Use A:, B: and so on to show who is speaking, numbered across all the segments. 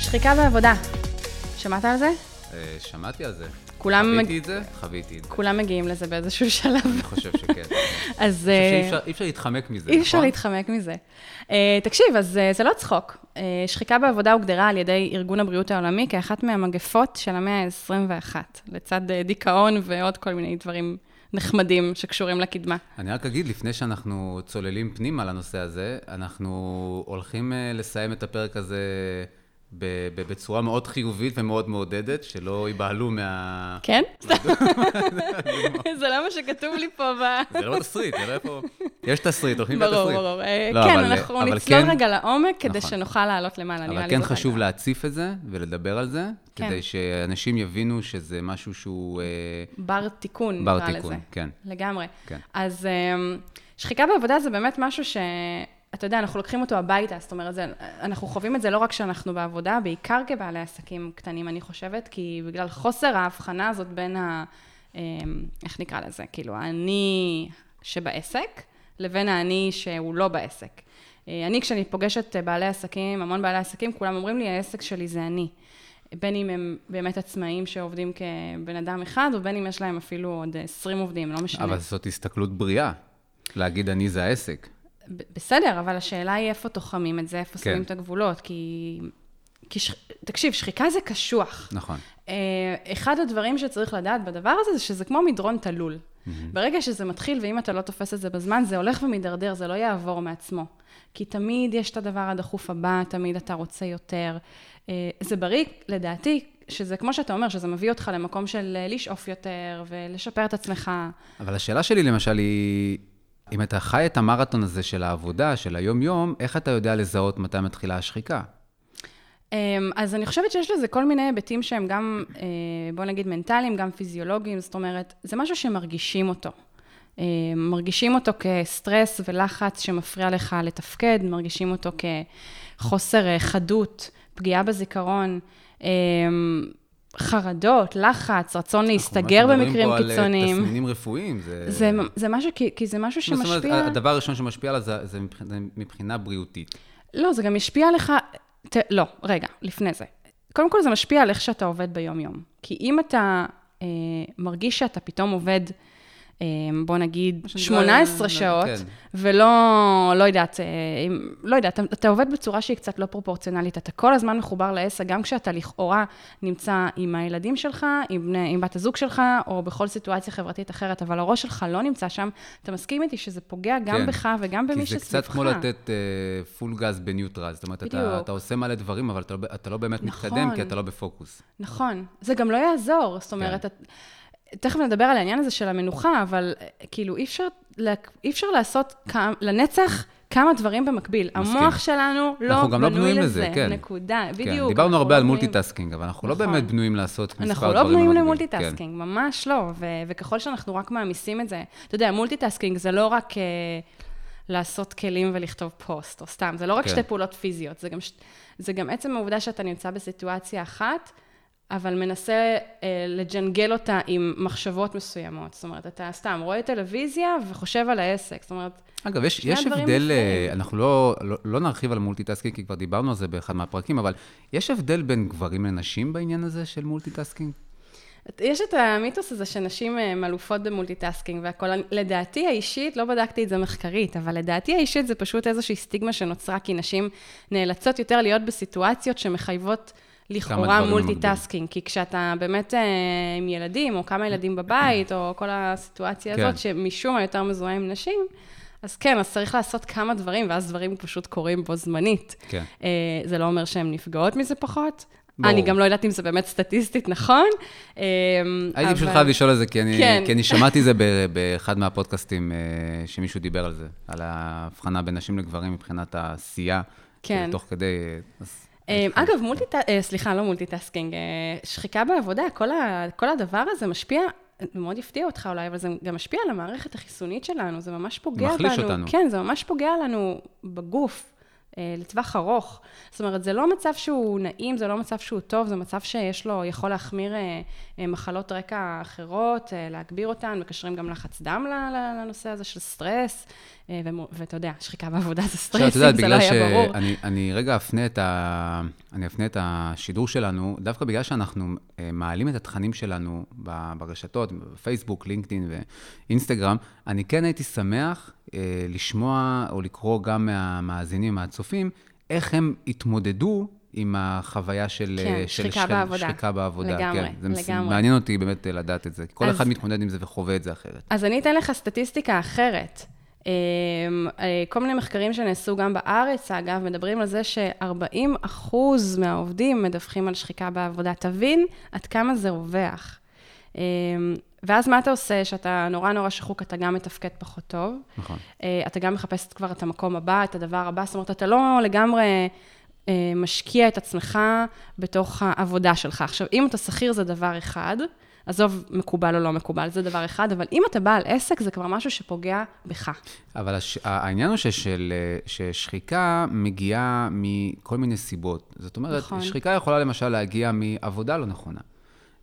A: שחיקה בעבודה. שמעת על זה?
B: אה, שמעתי על זה.
A: כולם מג-
B: חוויתי את זה? חוויתי את זה.
A: כולם מגיעים לזה באיזשהו שלב.
B: אני חושב שכן. אני חושב
A: אז...
B: שאי
A: אה,
B: אפשר- אי אפשר להתחמק מזה,
A: אי אפשר
B: נכון?
A: להתחמק מזה. אה, תקשיב, אז אה, זה לא צחוק. אה, שחיקה בעבודה הוגדרה על ידי ארגון הבריאות העולמי כאחת מהמגפות של המאה ה-21, לצד אה, דיכאון ועוד כל מיני דברים נחמדים שקשורים לקדמה.
B: אני רק אגיד, לפני שאנחנו צוללים פנימה לנושא הזה, אנחנו הולכים אה, לסיים את הפרק הזה ב- ב- בצורה מאוד חיובית ומאוד מעודדת, שלא ייבהלו לא מה...
A: כן? זה לא מה שכתוב לי פה ב...
B: זה לא תסריט, זה לא איפה... יש תסריט, הולכים לתסריט.
A: כן. ברור, ברור. אה,
B: לא,
A: כן,
B: אבל-
A: אנחנו
B: אבל
A: נצלול
B: כן-
A: רגע לעומק כדי
B: נכון.
A: שנוכל לעלות למעלה, נראה לי.
B: אבל כן
A: זאת
B: חשוב
A: ההגדרה.
B: להציף את זה ולדבר על זה,
A: כן.
B: כדי שאנשים יבינו שזה משהו שהוא... אה,
A: בר תיקון,
B: בר
A: נקרא לזה.
B: תיקון, כן.
A: לגמרי.
B: כן.
A: אז אמ, שחיקה בעבודה זה באמת משהו ש... אתה יודע, אנחנו לוקחים אותו הביתה, זאת אומרת, זה, אנחנו חווים את זה לא רק כשאנחנו בעבודה, בעיקר כבעלי עסקים קטנים, אני חושבת, כי בגלל חוסר ההבחנה הזאת בין ה... אמ, איך נקרא לזה? כאילו, האני שבעסק, לבין האני שהוא לא בעסק. אה, אני, כשאני פוגשת אה, בעלי עסקים, המון בעלי עסקים, כולם אומרים לי, העסק שלי זה אני. בין אם הם באמת עצמאים שעובדים כבן אדם אחד, ובין אם יש להם אפילו עוד 20 עובדים, לא משנה.
B: אבל זאת הסתכלות בריאה, להגיד אני זה העסק.
A: ב- בסדר, אבל השאלה היא איפה תוחמים את זה, איפה
B: כן.
A: שמים את הגבולות, כי... כי ש... תקשיב, שחיקה זה קשוח.
B: נכון.
A: אה, אחד הדברים שצריך לדעת בדבר הזה, זה שזה כמו מדרון תלול. ברגע שזה מתחיל, ואם אתה לא תופס את זה בזמן, זה הולך ומידרדר, זה לא יעבור מעצמו. כי תמיד יש את הדבר הדחוף הבא, תמיד אתה רוצה יותר. אה, זה בריא, לדעתי, שזה כמו שאתה אומר, שזה מביא אותך למקום של אה, לשאוף יותר ולשפר את עצמך.
B: אבל השאלה שלי למשל היא, אם אתה חי את המרתון הזה של העבודה, של היום-יום, איך אתה יודע לזהות מתי מתחילה השחיקה?
A: אמ, אז אני חושבת שיש לזה כל מיני היבטים שהם גם, אה, בוא נגיד, מנטליים, גם פיזיולוגיים, זאת אומרת, זה משהו שמרגישים אותו. אה, מרגישים אותו כסטרס ולחץ שמפריע לך לתפקד, מרגישים אותו כחוסר אה, חדות, פגיעה בזיכרון, אה, חרדות, לחץ, רצון להסתגר במקרים
B: אנחנו מדברים פה על אה,
A: קיצוניים.
B: תסמינים רפואיים, זה...
A: זה, זה משהו, כי, כי זה משהו
B: מה זאת אומרת, אה,
A: שמשפיע...
B: הדבר הראשון שמשפיע עליו זה, זה מבחינה, מבחינה בריאותית.
A: לא, זה גם ישפיע עליך... ת... לא, רגע, לפני זה. קודם כל, זה משפיע על איך שאתה עובד ביום-יום. כי אם אתה אה, מרגיש שאתה פתאום עובד, אה, בוא נגיד,
B: שנקרא,
A: 18
B: אה,
A: שעות,
B: כן.
A: ולא, לא יודעת, אה, אם- לא יודעת, אתה, אתה עובד בצורה שהיא קצת לא פרופורציונלית. אתה כל הזמן מחובר לעסק, גם כשאתה לכאורה נמצא עם הילדים שלך, עם, בני, עם בת הזוג שלך, או בכל סיטואציה חברתית אחרת, אבל הראש שלך לא נמצא שם. אתה מסכים איתי שזה פוגע גם
B: כן.
A: בך וגם
B: כי
A: במי
B: זה
A: שסביבך.
B: קצת כמו לתת אה, פול גז בניוטרל. זאת אומרת, אתה,
A: בדיוק.
B: אתה עושה מלא דברים, אבל אתה, לא- אתה לא באמת
A: נכון.
B: מתקדם, כי אתה לא בפוקוס.
A: נכון, זה גם לא יעזור,
B: כן.
A: זאת אומרת, את... תכף נדבר על העניין הזה של המנוחה, אבל אה, כאילו אי אפשר, לה... אי אפשר לעשות כמה, לנצח כמה דברים במקביל.
B: מסכים.
A: המוח שלנו לא
B: אנחנו גם לא
A: בנוי
B: בנויים
A: לזה,
B: לזה, כן.
A: נקודה, בדיוק.
B: כן, דיברנו
A: אנחנו
B: הרבה
A: לא
B: על
A: בנויים.
B: מולטיטאסקינג, אבל אנחנו לא
A: נכון.
B: באמת בנויים לעשות מספר דברים.
A: אנחנו לא בנויים
B: במקביל. כן.
A: למולטיטאסקינג, ממש לא, ו- וככל שאנחנו רק מעמיסים את זה, אתה יודע, מולטיטאסקינג זה לא רק אה, לעשות כלים ולכתוב פוסט, או סתם, זה לא רק
B: כן.
A: שתי פעולות פיזיות, זה גם, ש- זה גם עצם העובדה שאתה נמצא בסיטואציה אחת, אבל מנסה אה, לג'נגל אותה עם מחשבות מסוימות. זאת אומרת, אתה סתם רואה טלוויזיה וחושב על העסק, זאת אומרת,
B: אגב, יש,
A: שני
B: יש
A: הדברים
B: הבדל, אה,
A: נפלאים.
B: אנחנו לא, לא, לא נרחיב על מולטיטאסקינג, כי כבר דיברנו על זה באחד מהפרקים, אבל יש הבדל בין גברים לנשים בעניין הזה של מולטיטאסקינג?
A: יש את המיתוס הזה שנשים אה, הן אלופות במולטיטאסקינג והכול. אני- לדעתי האישית, לא בדקתי את זה מחקרית, אבל לדעתי האישית זה פשוט איזושהי סטיגמה שנוצרה, כי נשים נאלצות יותר להיות בסיטואציות שמחייבות לכאורה
B: דברים
A: מולטיטאסקינג. כי כשאתה באמת אה, עם ילדים, או כמה ילדים בבית, או כל הסיטואציה
B: כן.
A: הזאת, שמשום מה יותר מזוהה עם נשים, אז כן, אז צריך לעשות כמה דברים, ואז דברים פשוט קורים בו זמנית.
B: כן.
A: אה, זה לא אומר שהן נפגעות מזה פחות.
B: ברור.
A: אני גם לא יודעת אם זה באמת סטטיסטית נכון. אמ,
B: הייתי פשוט
A: אבל-
B: חייב לשאול על זה, כי אני,
A: כן.
B: כי אני שמעתי את זה ב- באחד מהפודקאסטים אה, שמישהו דיבר על זה, על ההבחנה בין נשים לגברים מבחינת העשייה,
A: כן.
B: אה, תוך כדי... אה, אז-
A: אמ, אגב, מולטיטה... אה, סליחה, לא מולטיטאסקינג, אה, שחיקה בעבודה, כל, ה... כל הדבר הזה משפיע, זה מאוד יפתיע אותך אולי, אבל זה גם משפיע על המערכת החיסונית שלנו, זה ממש פוגע בנו.
B: מחליש אותנו.
A: כן, זה ממש פוגע לנו בגוף. אה, לטווח ארוך. זאת אומרת, זה לא מצב שהוא נעים, זה לא מצב שהוא טוב, זה מצב שיש לו, יכול להחמיר אה, אה, מחלות רקע אחרות, אה, להגביר אותן, מקשרים גם לחץ דם ל- ל- לנושא הזה של סטרס, אה, ומו- ואתה יודע, שחיקה בעבודה זה
B: עכשיו,
A: סטרס,
B: את יודעת,
A: אם זה לא
B: בגלל
A: היה ברור.
B: שאני אני רגע אפנה את, ה, אני אפנה את השידור שלנו, דווקא בגלל שאנחנו אה, מעלים את התכנים שלנו ב- ברשתות, פייסבוק, לינקדאין ואינסטגרם, אני כן הייתי שמח אה, לשמוע או לקרוא גם מהמאזינים, מהצופים, איך הם התמודדו עם החוויה של,
A: כן,
B: אה, של
A: שחיקה
B: של
A: בעבודה.
B: שחיקה בעבודה.
A: לגמרי,
B: כן, זה מס-
A: לגמרי.
B: מעניין אותי באמת אה, לדעת את זה, כי כל
A: אז-
B: אחד מתמודד עם זה וחווה את זה אחרת.
A: אז אני אתן לך סטטיסטיקה אחרת. אמ, אה, כל מיני מחקרים שנעשו גם בארץ, אגב, מדברים על זה ש-40% מהעובדים מדווחים על שחיקה בעבודה. תבין עד כמה זה רווח. אמ, ואז מה אתה עושה? שאתה נורא נורא שחוק, אתה גם מתפקד פחות טוב.
B: נכון.
A: אה, אתה גם מחפש כבר את המקום הבא, את הדבר הבא, זאת אומרת, אתה לא לגמרי אה, משקיע את עצמך בתוך העבודה שלך. עכשיו, אם אתה שכיר זה דבר אחד, עזוב מקובל או לא מקובל, זה דבר אחד, אבל אם אתה בעל עסק, זה כבר משהו שפוגע בך.
B: אבל הש... העניין הוא ששל... ששחיקה מגיעה מכל מיני סיבות. זאת אומרת,
A: נכון.
B: נכון. שחיקה יכולה למשל להגיע מעבודה לא נכונה,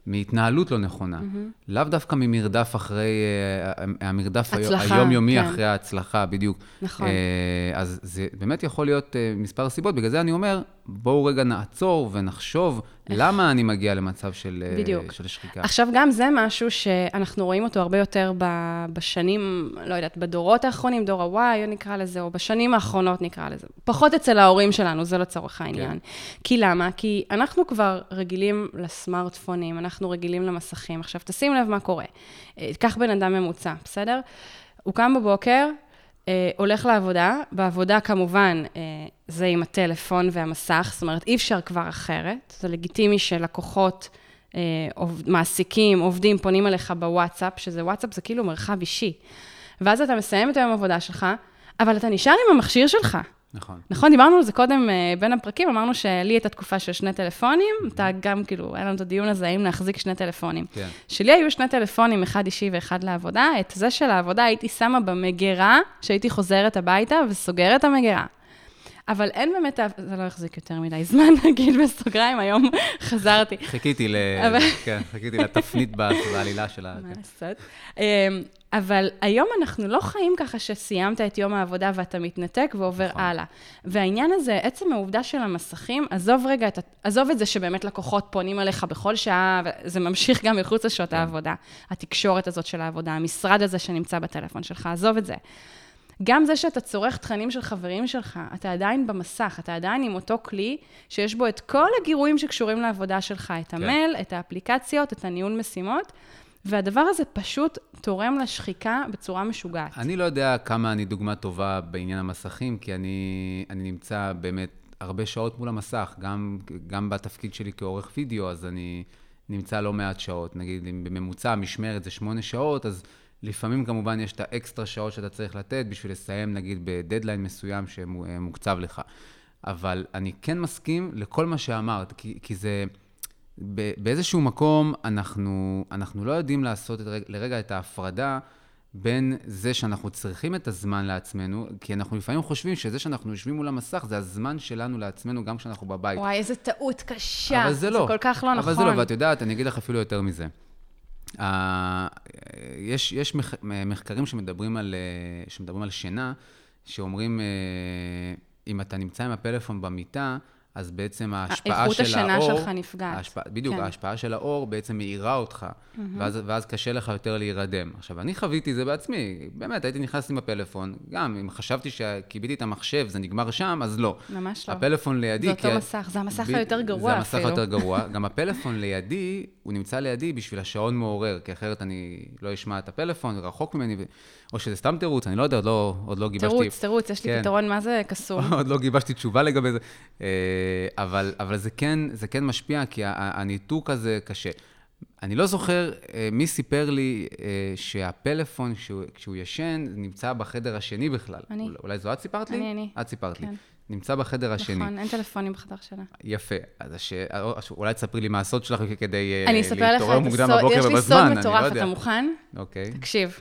B: מהתנהלות לא נכונה, mm-hmm. לאו דווקא ממרדף אחרי, אה, המרדף היו-
A: הצלחה,
B: היומיומי
A: כן.
B: אחרי ההצלחה, בדיוק.
A: נכון.
B: אה, אז זה באמת יכול להיות אה, מספר סיבות, בגלל זה אני אומר, בואו רגע נעצור ונחשוב למה אני מגיע למצב של, אה,
A: בדיוק.
B: של שחיקה.
A: עכשיו, גם זה משהו שאנחנו רואים אותו הרבה יותר ב- בשנים, לא יודעת, בדורות האחרונים, דור ה-Y נקרא לזה, או בשנים האחרונות נקרא לזה. פחות אצל ההורים שלנו, זה לצורך העניין. כי למה? כי אנחנו כבר רגילים לסמארטפונים, אנחנו רגילים למסכים. עכשיו, תשים לב מה קורה. אה, קח בן אדם ממוצע, בסדר? הוא קם בבוקר, אה, הולך לעבודה, בעבודה כמובן אה, זה עם הטלפון והמסך, זאת אומרת אי אפשר כבר אחרת, זה לגיטימי שלקוחות, אה, עובד, מעסיקים, עובדים, פונים אליך בוואטסאפ, שזה וואטסאפ זה כאילו מרחב אישי. ואז אתה מסיים את היום העבודה שלך, אבל אתה נשאר עם המכשיר שלך.
B: נכון.
A: נכון, דיברנו על זה קודם אה, בין הפרקים, אמרנו שלי הייתה תקופה של שני טלפונים, אתה גם כאילו, היה לנו את הדיון הזה, האם להחזיק שני טלפונים.
B: כן.
A: שלי היו שני טלפונים, אחד אישי ואחד לעבודה, את זה של העבודה הייתי שמה במגירה, שהייתי חוזרת הביתה וסוגרת המגירה. אבל אין באמת, זה לא החזיק יותר מדי זמן, נגיד בסוגריים, היום חזרתי.
B: חיכיתי, ל...
A: אבל-
B: כן, חיכיתי לתפנית בעלילה של ה...
A: מה
B: כן.
A: לעשות? אמ, אבל היום אנחנו לא חיים ככה שסיימת את יום העבודה ואתה מתנתק ועובר
B: נכון.
A: הלאה. והעניין הזה, עצם העובדה של המסכים, עזוב רגע, את ה- עזוב את זה שבאמת לקוחות פונים אליך בכל שעה, וזה ממשיך גם מחוץ לשעות העבודה. התקשורת הזאת של העבודה, המשרד הזה שנמצא בטלפון שלך, עזוב את זה. גם זה שאתה צורך תכנים של חברים שלך, אתה עדיין במסך, אתה עדיין עם אותו כלי שיש בו את כל הגירויים שקשורים לעבודה שלך, את
B: כן.
A: המייל, את האפליקציות, את הניהול משימות, והדבר הזה פשוט תורם לשחיקה בצורה משוגעת.
B: אני לא יודע כמה אני דוגמה טובה בעניין המסכים, כי אני, אני נמצא באמת הרבה שעות מול המסך, גם, גם בתפקיד שלי כעורך וידאו, אז אני נמצא לא מעט שעות. נגיד, אם בממוצע המשמרת זה שמונה שעות, אז לפעמים כמובן יש את האקסטרה שעות שאתה צריך לתת בשביל לסיים, נגיד, בדדליין מסוים שמוקצב לך. אבל אני כן מסכים לכל מה שאמרת, כי, כי זה... ב- באיזשהו מקום אנחנו, אנחנו לא יודעים לעשות את, רג- לרגע את ההפרדה בין זה שאנחנו צריכים את הזמן לעצמנו, כי אנחנו לפעמים חושבים שזה שאנחנו יושבים מול המסך זה הזמן שלנו לעצמנו גם כשאנחנו בבית.
A: וואי, איזה טעות קשה.
B: אבל זה לא.
A: זה כל כך לא
B: אבל
A: נכון.
B: אבל זה לא, ואת יודעת, אני אגיד לך אפילו יותר מזה. ה- יש, יש מח, מחקרים שמדברים על, אה, שמדברים על שינה, שאומרים, אה, אם אתה נמצא עם הפלאפון במיטה, אז בעצם ההשפעה
A: אה, איכות
B: של האור...
A: השינה שלך נפגעת.
B: ההשפעה, בדיוק,
A: כן.
B: כן. ההשפעה של האור בעצם מאירה אותך, mm-hmm. ואז, ואז קשה לך יותר להירדם. עכשיו, אני חוויתי זה בעצמי, באמת, הייתי נכנס עם הפלאפון, גם אם חשבתי שכיביתי את המחשב, זה נגמר שם, אז לא.
A: ממש לא.
B: הפלאפון לידי...
A: זה אותו
B: כי-
A: מסך, זה המסך
B: ב-
A: היותר גרוע
B: זה המסך
A: אפילו.
B: היותר גרוע. גם הפלאפון לידי, הוא נמצא לידי בשביל השעון מעורר, כי אחרת אני לא אשמע את הפלאפון, רחוק ממני, ו- או שזה סתם תירוץ, אני לא יודע, עוד לא, עוד לא גיבשתי...
A: תירוץ, תירוץ, יש לי
B: כן.
A: פתרון מה זה קסום.
B: עוד לא גיבשתי תשובה לגבי זה. אה, אבל, אבל זה, כן, זה כן משפיע, כי ה- ה- הניתוק הזה קשה. אני לא זוכר אה, מי סיפר לי אה, שהפלאפון, כשהוא, כשהוא ישן, נמצא בחדר השני בכלל.
A: אני.
B: אולי- אולי זו את סיפרת לי?
A: אני, אני.
B: את סיפרת
A: כן.
B: לי. נמצא בחדר השני.
A: נכון, אין טלפונים בחדר שינה.
B: יפה, אז הש... או- ש- אולי תספרי לי מה הסוד שלך כדי אה,
A: אני אספר לך
B: להתעורר
A: את
B: מוקדם
A: הסוד,
B: בבוקר
A: יש לי
B: ובזמן,
A: סוד
B: אני לא
A: מטורף,
B: יודע.
A: אתה מוכן?
B: אוקיי,
A: תקשיב,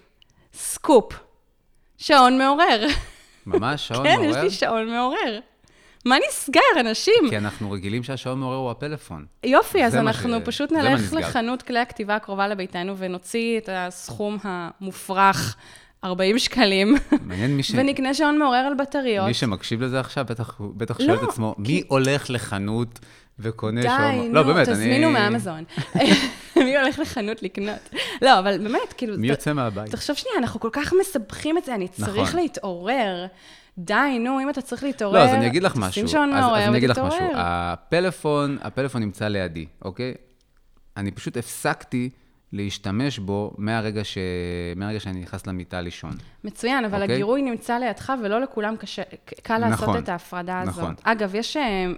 A: סקופ, שעון מעורר.
B: ממש שעון
A: כן,
B: מעורר?
A: יש לי שעון מעורר. מה נסגר, אנשים?
B: כי אנחנו רגילים שהשעון מעורר הוא הפלאפון.
A: יופי, אז
B: זה מה
A: אנחנו
B: ש-
A: פשוט
B: זה מה
A: נלך
B: נסגר.
A: לחנות כלי הכתיבה הקרובה לביתנו ונוציא את הסכום המופרך, 40 שקלים,
B: מעניין מי ש...
A: ונקנה שעון מעורר על בטריות.
B: מי שמקשיב לזה עכשיו בטח, בטח שואל את עצמו, מי הולך לחנות וקונה
A: לא, די,
B: שעון?
A: נו,
B: לא, באמת, אני...
A: תזמינו מאמזון. מי הולך לחנות לקנות? לא, אבל באמת, כאילו...
B: מי
A: ת-
B: יוצא מהבית?
A: תחשוב שנייה, אנחנו כל כך מסבכים את זה, אני צריך
B: נכון.
A: להתעורר. די, נו, אם אתה צריך להתעורר,
B: לא, אז אני אגיד לך משהו.
A: תשים שעון
B: אז-
A: מעורר
B: אז אני אגיד לך
A: ותתעורר.
B: משהו. אה, הפלאפון, הפלאפון נמצא לידי, אוקיי? אני פשוט הפסקתי להשתמש בו מהרגע, ש... מהרגע שאני נכנס למיטה לישון.
A: מצוין, אבל
B: אוקיי?
A: הגירוי נמצא לידך, ולא לכולם קשה, ק- קל לעשות
B: נכון,
A: את ההפרדה הזאת.
B: נכון.
A: אגב, יש אה, אה,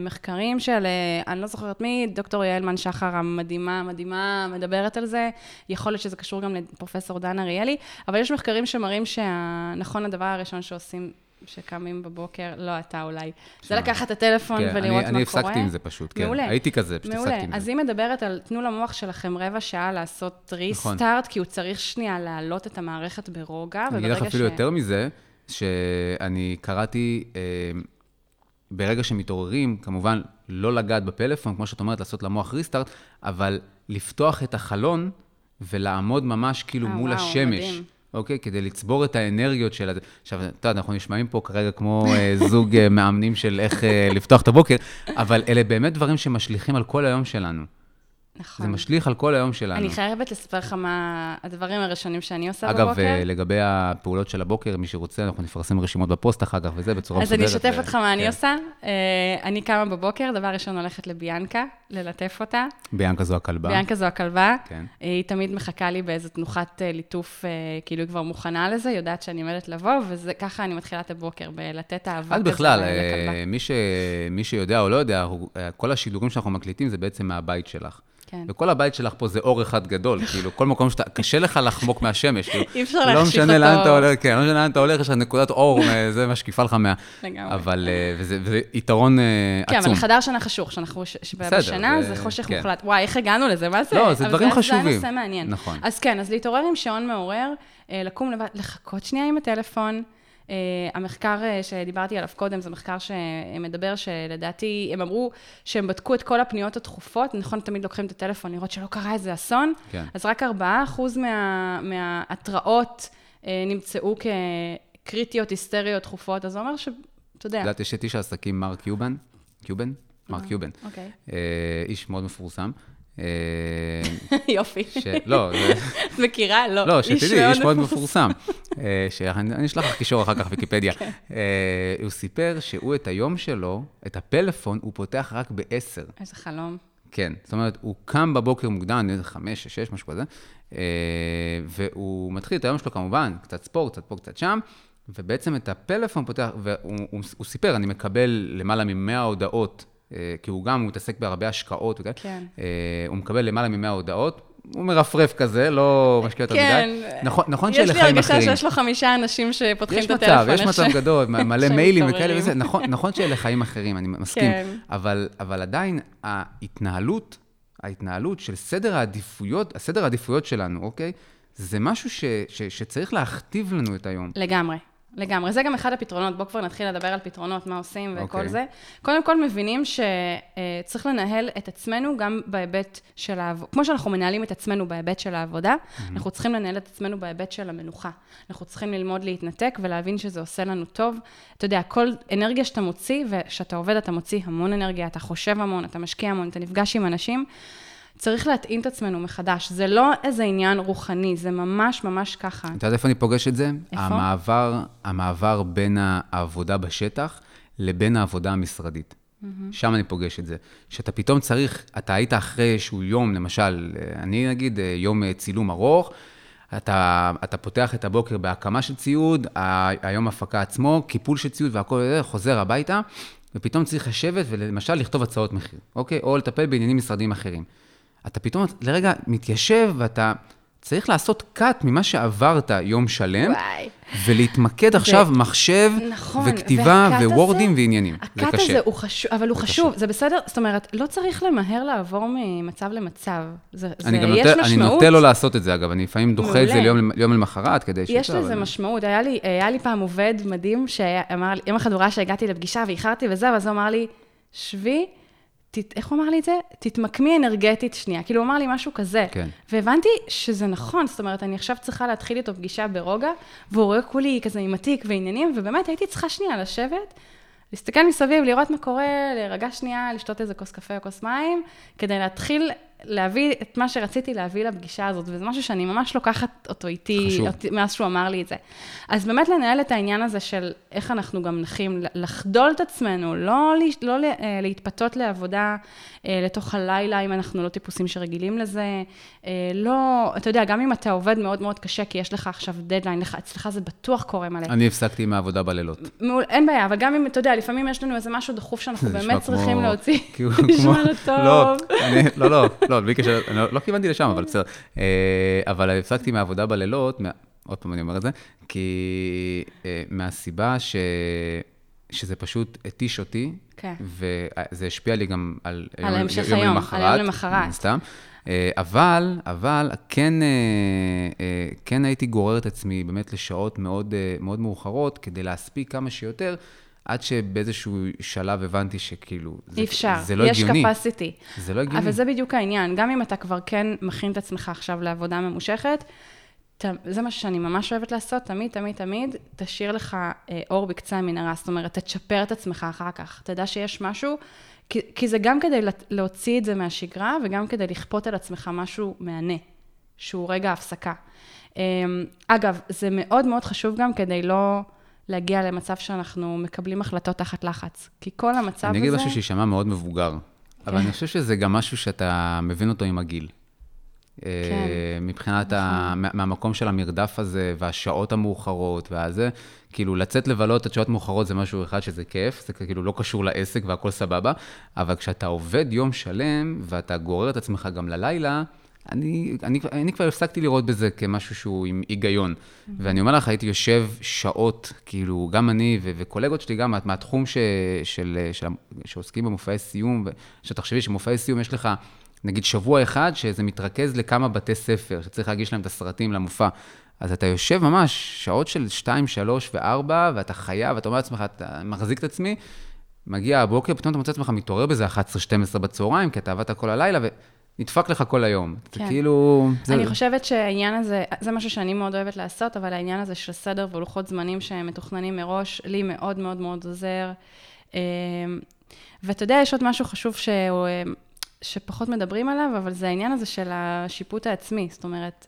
A: מחקרים של, אה, אני לא זוכרת מי, דוקטור יעלמן שחר המדהימה, המדהימה, מדברת על זה. יכול להיות שזה קשור גם לפרופסור דן אריאלי, אבל יש מחקרים שמראים שנכון, הדבר הראשון שעושים... שקמים בבוקר, לא אתה אולי. זה
B: שמע.
A: לקחת את הטלפון
B: כן,
A: ולראות
B: אני,
A: מה קורה.
B: אני הפסקתי עם זה פשוט, כן.
A: מעולה.
B: הייתי כזה, פשוט
A: מעולה.
B: הפסקתי עם
A: אז
B: זה.
A: היא מדברת על, תנו למוח שלכם רבע שעה לעשות
B: נכון.
A: ריסטארט, כי הוא צריך שנייה להעלות את המערכת ברוגע,
B: אני אגיד לך
A: וברגע ש...
B: אפילו יותר מזה, שאני קראתי, אה, ברגע שמתעוררים, כמובן, לא לגעת בפלאפון, כמו שאת אומרת, לעשות למוח ריסטארט, אבל לפתוח את החלון ולעמוד ממש כאילו
A: אה,
B: מול
A: וואו,
B: השמש.
A: מדהים.
B: אוקיי? כדי לצבור את האנרגיות של הזה. עכשיו, את יודעת, אנחנו נשמעים פה כרגע כמו אה, זוג אה, מאמנים של איך אה, לפתוח את הבוקר, אבל אלה באמת דברים שמשליכים על כל היום שלנו.
A: נכון.
B: זה משליך על כל היום שלנו.
A: אני חייבת לספר לך מה הדברים הראשונים שאני עושה
B: אגב,
A: בבוקר.
B: אה, לגבי הפעולות של הבוקר, מי שרוצה, אנחנו נפרסם רשימות בפוסט אחר כך וזה, בצורה
A: אז
B: מסודרת.
A: אני אשתף
B: ו-
A: אותך מה אני
B: כן.
A: עושה. אה, אני קמה בבוקר, דבר ראשון הולכת לביאנקה, ללטף אותה.
B: ביאנקה זו הכלבה.
A: ביאנקה זו הכלבה.
B: כן.
A: אה, היא תמיד מחכה לי באיזו תנוחת אה, ליטוף, אה, כאילו היא כבר מוכנה לזה, יודעת שאני עומדת לבוא, וככה אני מתחילה את הבוקר, בלתת אהבה
B: את
A: כזו
B: בכלל,
A: לכלבה.
B: אה, מי, ש... מי שיודע או לא יודע, הוא- אה, כל השידורים שאנחנו מקליטים זה בעצם מהבית שלך.
A: כן.
B: וכל הבית שלך פה זה אור אחד גדול, כאילו, כל מקום שאתה, קשה לך לחמוק מהשמש, כאילו,
A: אי אפשר
B: לא
A: להחשיך
B: משנה לאן
A: אותו.
B: אתה הולך, כן, לא משנה לאן אתה הולך, יש לך נקודת אור, אה, זה משקיפה לך מה...
A: לגמרי.
B: אבל, אה, וזה, וזה יתרון אה,
A: אוקיי. כן, אבל
B: עצום.
A: חדר שינה חשוך, שאנחנו ש-
B: בסדר,
A: שבשנה
B: זה-
A: זה חושך
B: כן.
A: מוחלט. וואי, איך הגענו לזה? מה זה?
B: לא, זה
A: אבל
B: דברים
A: זה
B: חשובים.
A: היה נושא מעניין.
B: נכון.
A: אז כן, אז להתעורר עם שעון מעורר, אה, לקום לבד, לחכות שנייה עם הטלפון. אה, המחקר אה, שדיברתי עליו קודם, זה מחקר שמדבר שלדעתי, הם אמרו שהם בדקו את כל הפניות הדחופות, נכון, תמיד לוקחים את הטלפון לראות שלא קרה איזה אסון,
B: כן.
A: אז רק 4% מה, מההתראות אה, נמצאו כקריטיות, היסטריות, דחופות, אז זה אומר ש... אתה יודע.
B: את יודעת, יש את איש העסקים מר קיובן, קיובן? מר קיובן.
A: אוקיי.
B: אה, איש מאוד מפורסם. אה,
A: יופי.
B: ש... לא, זה...
A: את מכירה? לא.
B: לא,
A: איש
B: שתדעי, איש מאוד
A: מפורסם.
B: מפורסם. אה, שאני אני אשלח לך קישור אחר כך, ויקיפדיה. אה, הוא סיפר שהוא את היום שלו, את הפלאפון, הוא פותח רק ב-10.
A: איזה חלום.
B: כן, זאת אומרת, הוא קם בבוקר מוקדם, אני יודע, חמש, שש, שש, משהו כזה, אה, והוא מתחיל את היום שלו כמובן, קצת ספורט, קצת פה, קצת שם, ובעצם את הפלאפון פותח, והוא הוא, הוא סיפר, אני מקבל למעלה מ-100 הודעות, אה, כי הוא גם, הוא מתעסק בהרבה השקעות וכאלה,
A: כן.
B: אה, הוא מקבל למעלה מ-100 הודעות. הוא מרפרף כזה, לא משקיע יותר
A: כן.
B: מדי. נכון, נכון
A: יש
B: שאלה
A: לי
B: חיים
A: הרגשה
B: אחרים.
A: שיש לו חמישה אנשים שפותחים
B: יש
A: את
B: מצב,
A: הטלפון.
B: יש
A: איך
B: מצב
A: ש-
B: גדול, מ- מלא
A: שהם
B: מיילים
A: מתעוררים.
B: וכאלה וזה. נכון, נכון שאלה חיים אחרים, אני מסכים.
A: כן.
B: אבל, אבל עדיין ההתנהלות, ההתנהלות של סדר העדיפויות, הסדר העדיפויות שלנו, אוקיי? זה משהו ש, ש, שצריך להכתיב לנו את היום.
A: לגמרי. לגמרי. זה גם אחד הפתרונות. בואו כבר נתחיל לדבר על פתרונות, מה עושים וכל
B: אוקיי.
A: זה. קודם כל מבינים שצריך לנהל את עצמנו גם בהיבט של העבודה. כמו שאנחנו מנהלים את עצמנו בהיבט של העבודה, אנחנו צריכים לנהל את עצמנו בהיבט של המנוחה. אנחנו צריכים ללמוד להתנתק ולהבין שזה עושה לנו טוב. אתה יודע, כל אנרגיה שאתה מוציא, וכשאתה עובד אתה מוציא המון אנרגיה, אתה חושב המון, אתה משקיע המון, אתה נפגש עם אנשים. צריך להתאים את עצמנו מחדש. זה לא איזה עניין רוחני, זה ממש ממש ככה.
B: את יודעת איפה אני פוגש את זה?
A: איפה?
B: המעבר, המעבר בין העבודה בשטח לבין העבודה המשרדית.
A: Mm-hmm.
B: שם אני פוגש את זה. שאתה פתאום צריך, אתה היית אחרי איזשהו יום, למשל, אני נגיד, אה, יום אה, צילום ארוך, אתה, אתה פותח את הבוקר בהקמה של ציוד, ה- היום הפקה עצמו, קיפול של ציוד והכל, אה, חוזר הביתה, ופתאום צריך לשבת ולמשל לכתוב הצעות מחיר, אוקיי? או לטפל בעניינים משרדיים אחרים. אתה פתאום לרגע מתיישב ואתה צריך לעשות cut ממה שעברת יום שלם,
A: וואי.
B: ולהתמקד עכשיו מחשב,
A: נכון,
B: וכתיבה,
A: והcut הזה-
B: וורדים ועניינים. זה
A: הקאט
B: קשה.
A: הזה הוא חשוב, אבל הוא
B: זה
A: חשוב, זה בסדר? זאת אומרת, לא צריך למהר לעבור ממצב למצב. זה, זה
B: אני גם
A: יש
B: נוטה- אני
A: משמעות.
B: נוטה לא לעשות את זה, אגב, אני לפעמים דוחה את זה
A: מעולה.
B: ליום ליום למחרת, כדי ש...
A: יש לזה משמעות. היה לי, אה, היה לי פעם עובד מדהים, שאמר לי, יום אחד הוא ראה שהגעתי לפגישה ואיחרתי וזה, ואז הוא אמר לי, שבי, תת, איך הוא אמר לי את זה? תתמקמי אנרגטית שנייה. כאילו, הוא אמר לי משהו כזה.
B: כן.
A: והבנתי שזה נכון, זאת אומרת, אני עכשיו צריכה להתחיל איתו פגישה ברוגע, והוא רואה כולי כזה עם התיק ועניינים, ובאמת הייתי צריכה שנייה לשבת. להסתכל מסביב, לראות מה קורה, להירגע שנייה, לשתות איזה כוס קפה או כוס מים, כדי להתחיל להביא את מה שרציתי להביא לפגישה הזאת, וזה משהו שאני ממש לוקחת אותו איתי,
B: חשוב.
A: אותי, מאז שהוא אמר לי את זה. אז באמת לנהל את העניין הזה של איך אנחנו גם נחים, ל- לחדול את עצמנו, לא, לה- לא לה- אה, להתפתות לעבודה אה, לתוך הלילה, אם אנחנו לא טיפוסים שרגילים לזה. אה, לא, אתה יודע, גם אם אתה עובד מאוד מאוד קשה, כי יש לך עכשיו דדליין, לך- אצלך זה בטוח קורה מלא.
B: אני הפסקתי עם העבודה בלילות.
A: מעול, אין בעיה, אבל גם אם, אתה יודע, לפעמים יש לנו איזה משהו דחוף שאנחנו
B: זה נשמע
A: באמת צריכים
B: כמו-
A: להוציא,
B: כאילו,
A: נשמע
B: כמו-
A: לא טוב.
B: לא, אני- לא, לא, לא, בלי קשר, אני לא- לא כיוונתי לשם, אבל בסדר. אה, אבל הפסקתי מהעבודה בלילות, מה- עוד פעם אני אומר את זה, כי אה, מהסיבה ש... שזה פשוט התיש אותי,
A: כן.
B: וזה השפיע לי גם על,
A: על המשך היום, על
B: יום
A: יום
B: למחרת.
A: למחרת.
B: מן הסתם. אה, אבל, אבל כן, אה, אה, כן הייתי גורר את עצמי באמת לשעות מאוד, אה, מאוד מאוחרות כדי להספיק כמה שיותר, עד שבאיזשהו שלב הבנתי שכאילו, זה,
A: אי אפשר,
B: זה לא
A: יש
B: הגיוני.
A: capacity.
B: זה לא הגיוני.
A: אבל זה בדיוק העניין, גם אם אתה כבר כן מכין את עצמך עכשיו לעבודה ממושכת, ת- זה מה שאני ממש אוהבת לעשות, תמיד, תמיד, תמיד, תשאיר לך אה, אור בקצה המנהרה, זאת אומרת, תצ'פר את עצמך אחר כך, תדע שיש משהו, כי, כי זה גם כדי לת- להוציא את זה מהשגרה, וגם כדי לכפות על עצמך משהו מהנה, שהוא רגע הפסקה. אה, אגב, זה מאוד מאוד חשוב גם כדי לא... להגיע למצב שאנחנו מקבלים החלטות תחת לחץ. כי כל המצב הזה...
B: אני אגיד משהו שיישמע מאוד מבוגר, אבל אני חושב שזה גם משהו שאתה מבין אותו עם הגיל. כן. מבחינת, ה... מה- מהמקום של המרדף הזה, והשעות המאוחרות, והזה, כאילו לצאת לבלות את שעות מאוחרות זה משהו אחד שזה כיף, זה כאילו לא קשור לעסק והכל סבבה, אבל כשאתה עובד יום שלם, ואתה גורר את עצמך גם ללילה, אני, אני, אני כבר הפסקתי לראות בזה כמשהו שהוא עם היגיון. ואני אומר לך, הייתי יושב שעות, כאילו, גם אני ו- וקולגות שלי, גם מה- מהתחום ש- של, של, שעוסקים במופעי סיום, ו- שתחשבי שמופעי סיום יש לך, נגיד שבוע אחד, שזה מתרכז לכמה בתי ספר, שצריך להגיש להם את הסרטים למופע. אז אתה יושב ממש שעות של 2, 3 ו-4, ואתה חייב, ואתה אומר לעצמך, אתה מחזיק את עצמי, מגיע הבוקר, פתאום אתה מוצא את עצמך מתעורר בזה 11-12 בצהריים, כי אתה עבדת כל הלילה, ונדפק לך כל היום. כן.
A: כן.
B: זה כאילו...
A: זה...
B: זה...
A: אני חושבת שהעניין הזה, זה משהו שאני מאוד אוהבת לעשות, אבל העניין הזה של סדר ולוחות זמנים שהם מתוכננים מראש, לי מאוד מאוד מאוד עוזר. אמ, ואתה יודע, יש עוד משהו חשוב שהוא, אמ, שפחות מדברים עליו, אבל זה העניין הזה של השיפוט העצמי. זאת אומרת,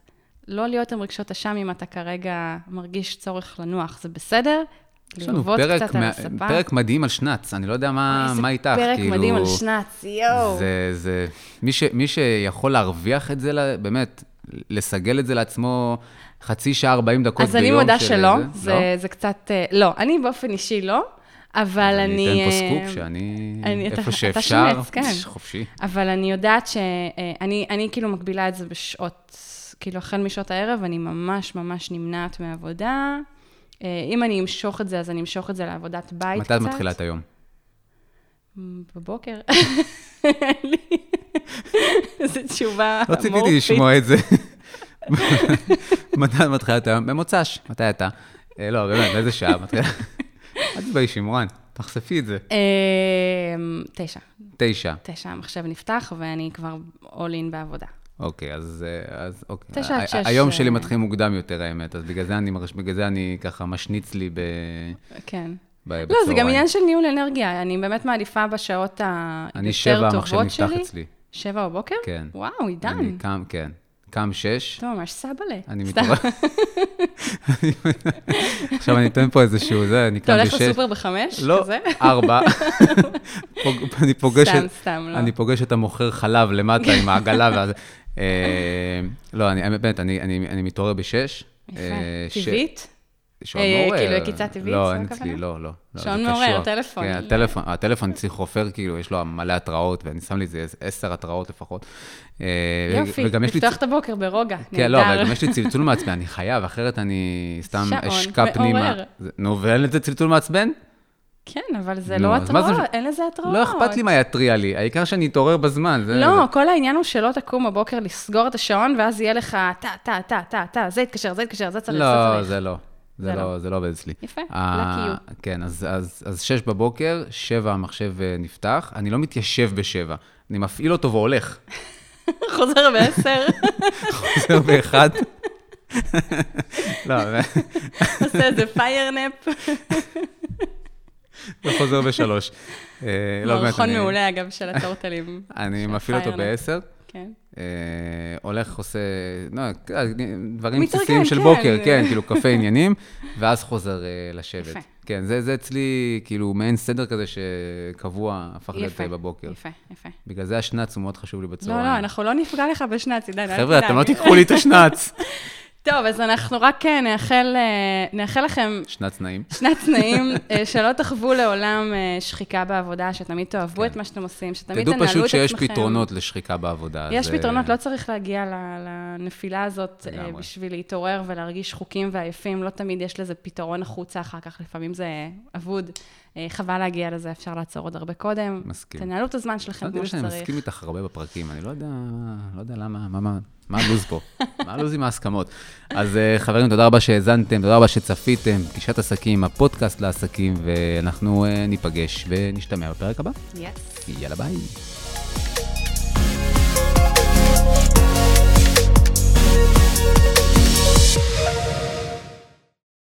A: לא להיות עם רגשות אשם אם אתה כרגע מרגיש צורך לנוח, זה בסדר.
B: יש לנו
A: לרבות
B: פרק,
A: קצת
B: מה-
A: על הספה.
B: פרק מדהים על שנץ, אני לא יודע מה,
A: איזה
B: מה איתך,
A: פרק
B: כאילו...
A: מדהים על שנץ, יואו.
B: זה, זה, מי, ש, מי שיכול להרוויח את זה, ל- באמת, לסגל את זה לעצמו חצי שעה, 40 דקות
A: אז
B: ביום
A: אני מודה
B: של
A: שלא,
B: זה,
A: זה,
B: לא?
A: זה, קצת, אה, לא, אני באופן אישי לא, אבל אני...
B: אני אתן פה
A: אה,
B: סקופ שאני,
A: אני- אתה-
B: איפה
A: אתה
B: שאפשר,
A: שנץ, כן.
B: פש, חופשי.
A: אבל אני יודעת ש... אה, אני, אני כאילו מגבילה את זה בשעות, כאילו החל משעות הערב, אני ממש ממש נמנעת מעבודה. אה, אם אני אמשוך את זה, אז אני אמשוך את זה לעבודת בית
B: מתי
A: קצת. אה, Mm,
B: את מתחילה את היום?
A: בבוקר. אין לי- איזו תשובה
B: לא ציפיתי לשמוע את זה. מתי את מתחילה את היום? במוצ"ש, מתי אתה? אה, לא, באמת, באיזה שעה את מתחילה? אל תתביישי, מורן, תחשפי את זה.
A: אה, תשע.
B: תשע.
A: תשע המחשב נפתח, ואני כבר all in בעבודה.
B: אוקיי, אז, אה, אז אוקיי.
A: תשע עד
B: ה-
A: שש,
B: היום שלי
A: אה,
B: מתחיל מוקדם יותר, האמת, אז בגלל זה אני, מרש- בגלל זה אני ככה משניץ לי ב...
A: כן.
B: ב-
A: לא, זה גם
B: בצהריים.
A: עניין של ניהול אנרגיה. אני באמת מעדיפה בשעות
B: אני
A: היותר
B: שבע,
A: טובות
B: המחשב
A: שלי.
B: נפתח אצלי.
A: שבע בבוקר?
B: כן.
A: וואו,
B: אני
A: עידן.
B: קם, כן. קם שש,
A: אתה ממש סבלה.
B: אני
A: סתם.
B: מתעורר. עכשיו אני אתן פה איזשהו, זה, אני
A: אתה
B: קם
A: הולך
B: בשש.
A: לסופר בחמש?
B: לא,
A: כזה?
B: ארבע. פוג- אני פוגש
A: סתם,
B: את-
A: סתם, לא.
B: אני פוגש את המוכר חלב למטה עם העגלה ואז... אה, לא, אני, באמת, אני, אני, אני מתעורר בשש.
A: יפה.
B: אה, ש-
A: טבעית?
B: שעון
A: אה,
B: מעורר.
A: כאילו, עקיצה טבעית,
B: לא,
A: זו
B: אין
A: הכוונה?
B: אצלי, לא, לא. לא,
A: שעון
B: זה
A: מעורר,
B: קשוח.
A: טלפון.
B: כן, הטלפון, הטלפון אצלי חופר, כאילו, יש לו מלא התראות, ואני שם לי איזה עשר התראות לפחות. אה,
A: יופי,
B: וגם יש לי
A: לפתוח את הבוקר ברוגע, נהדר.
B: כן, לא, אבל גם יש לי צלצול מעצבן, אני חייב, אחרת אני סתם
A: שעון
B: אשקע
A: מעורר.
B: פנימה. זה- נו, ואין לזה צלצול מעצבן?
A: כן, אבל זה
B: נו,
A: לא
B: אז מה זה-
A: התראות, אין לזה התראות.
B: לא אכפת לי מה אה, יתריע לי, העיקר שאני אתעורר בזמן. זה-
A: אה, לא, כל העניין הוא שלא תקום בבוקר לסגור את השעון, ואז יהיה לך טה, טה, טה, טה, טה, זה יתקשר, זה יתקשר, זה צריך, זה צריך.
B: לא, זה לא.
A: זה
B: זה לא, זה לא עובד אצלי.
A: יפה,
B: אה,
A: lucky
B: כן, אז- אז אז שש בבוקר, שבע המחשב אה, נפתח, אני לא מתיישב בשבע, אני מפעיל אותו והולך.
A: חוזר בעשר,
B: חוזר באחד. לא,
A: עושה איזה פיירנפ.
B: לא חוזר בשלוש. אה, לא, באמת,
A: מערכון
B: אני-
A: מעולה, אגב, של הטורטלים.
B: אני
A: של
B: מפעיל אותו
A: ה-fire nap.
B: בעשר.
A: כן.
B: אה, הולך, עושה, לא, דברים
A: מתארגן,
B: בסיסיים של
A: כן.
B: בוקר, כן, כאילו קפה עניינים, ואז חוזר אה, לשבת.
A: יפה.
B: כן, זה זה אצלי, כאילו, מעין סדר כזה שקבוע הפך להיות
A: יפה,
B: אה, בבוקר.
A: יפה, יפה.
B: בגלל זה השנץ הוא מאוד חשוב לי בצהריים.
A: לא, לא, אנחנו לא נפגע לך בשנץ, עידן, אל
B: חבר'ה,
A: תדאג.
B: אתם לא תיקחו לי את השנץ.
A: טוב, אז אנחנו רק אה, נאחל, אה, נאחל לכם
B: שנץ נעים.
A: שני תנאים אה, שלא תחוו לעולם אה, שחיקה בעבודה, שתמיד תאהבו
B: כן.
A: את מה שאתם עושים, שתמיד
B: תדעו
A: תנהלו את עצמכם.
B: פשוט שיש פתרונות לשחיקה בעבודה.
A: יש
B: זה-
A: פתרונות, לא צריך להגיע ל- לנפילה הזאת אה,
B: לגמרי.
A: בשביל להתעורר ולהרגיש חוקים ועייפים, לא תמיד יש לזה פתרון החוצה אחר כך, לפעמים זה אבוד. אה, חבל להגיע לזה, אפשר לעצור עוד הרבה קודם.
B: מסכים.
A: תנהלו את הזמן
B: לא
A: שלכם
B: יודע
A: כמו
B: שאני
A: שצריך.
B: מסכים איתך הרבה בפרקים, אני לא יודע, לא יודע למה, מה- מה- מה הלו"ז פה? מה הלו"ז עם ההסכמות? אז אה, חברים, תודה רבה שהאזנתם, תודה רבה שצפיתם, פגישת עסקים, הפודקאסט לעסקים, ואנחנו אה, ניפגש ונשתמע בפרק הבא.
A: Yes.
B: יאללה ביי.